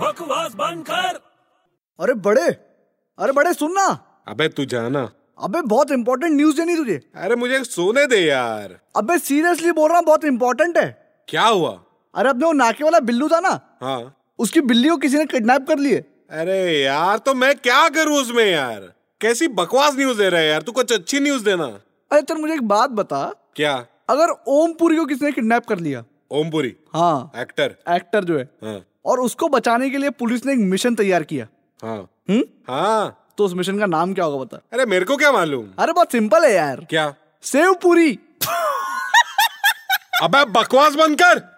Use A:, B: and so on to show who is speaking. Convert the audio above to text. A: बकवास बंद कर
B: अरे बड़े अरे बड़े सुनना
C: अबे तू जाना
B: अबे बहुत इंपॉर्टेंट न्यूज देनी तुझे
C: अरे मुझे सोने दे यार
B: अबे सीरियसली बोल रहा हूँ बहुत इंपॉर्टेंट है
C: क्या हुआ
B: अरे अपने वो नाके वाला बिल्लू था ना
C: हाँ
B: उसकी बिल्ली को किसी ने किडनैप कर लिए
C: अरे यार तो मैं क्या करूं उसमें यार कैसी बकवास न्यूज दे रहा है यार तू कुछ अच्छी न्यूज देना
B: अरे चल मुझे एक बात बता
C: क्या
B: अगर ओमपुरी को किसी ने किडनैप कर लिया
C: ओमपुरी
B: हाँ
C: एक्टर
B: एक्टर जो है
C: हाँ
B: और उसको बचाने के लिए पुलिस ने एक मिशन तैयार किया
C: हाँ
B: हम्म
C: हाँ
B: तो उस मिशन का नाम क्या होगा बता
C: अरे मेरे को क्या मालूम
B: अरे बहुत सिंपल है यार
C: क्या
B: सेव पूरी
C: अबे बकवास बंद कर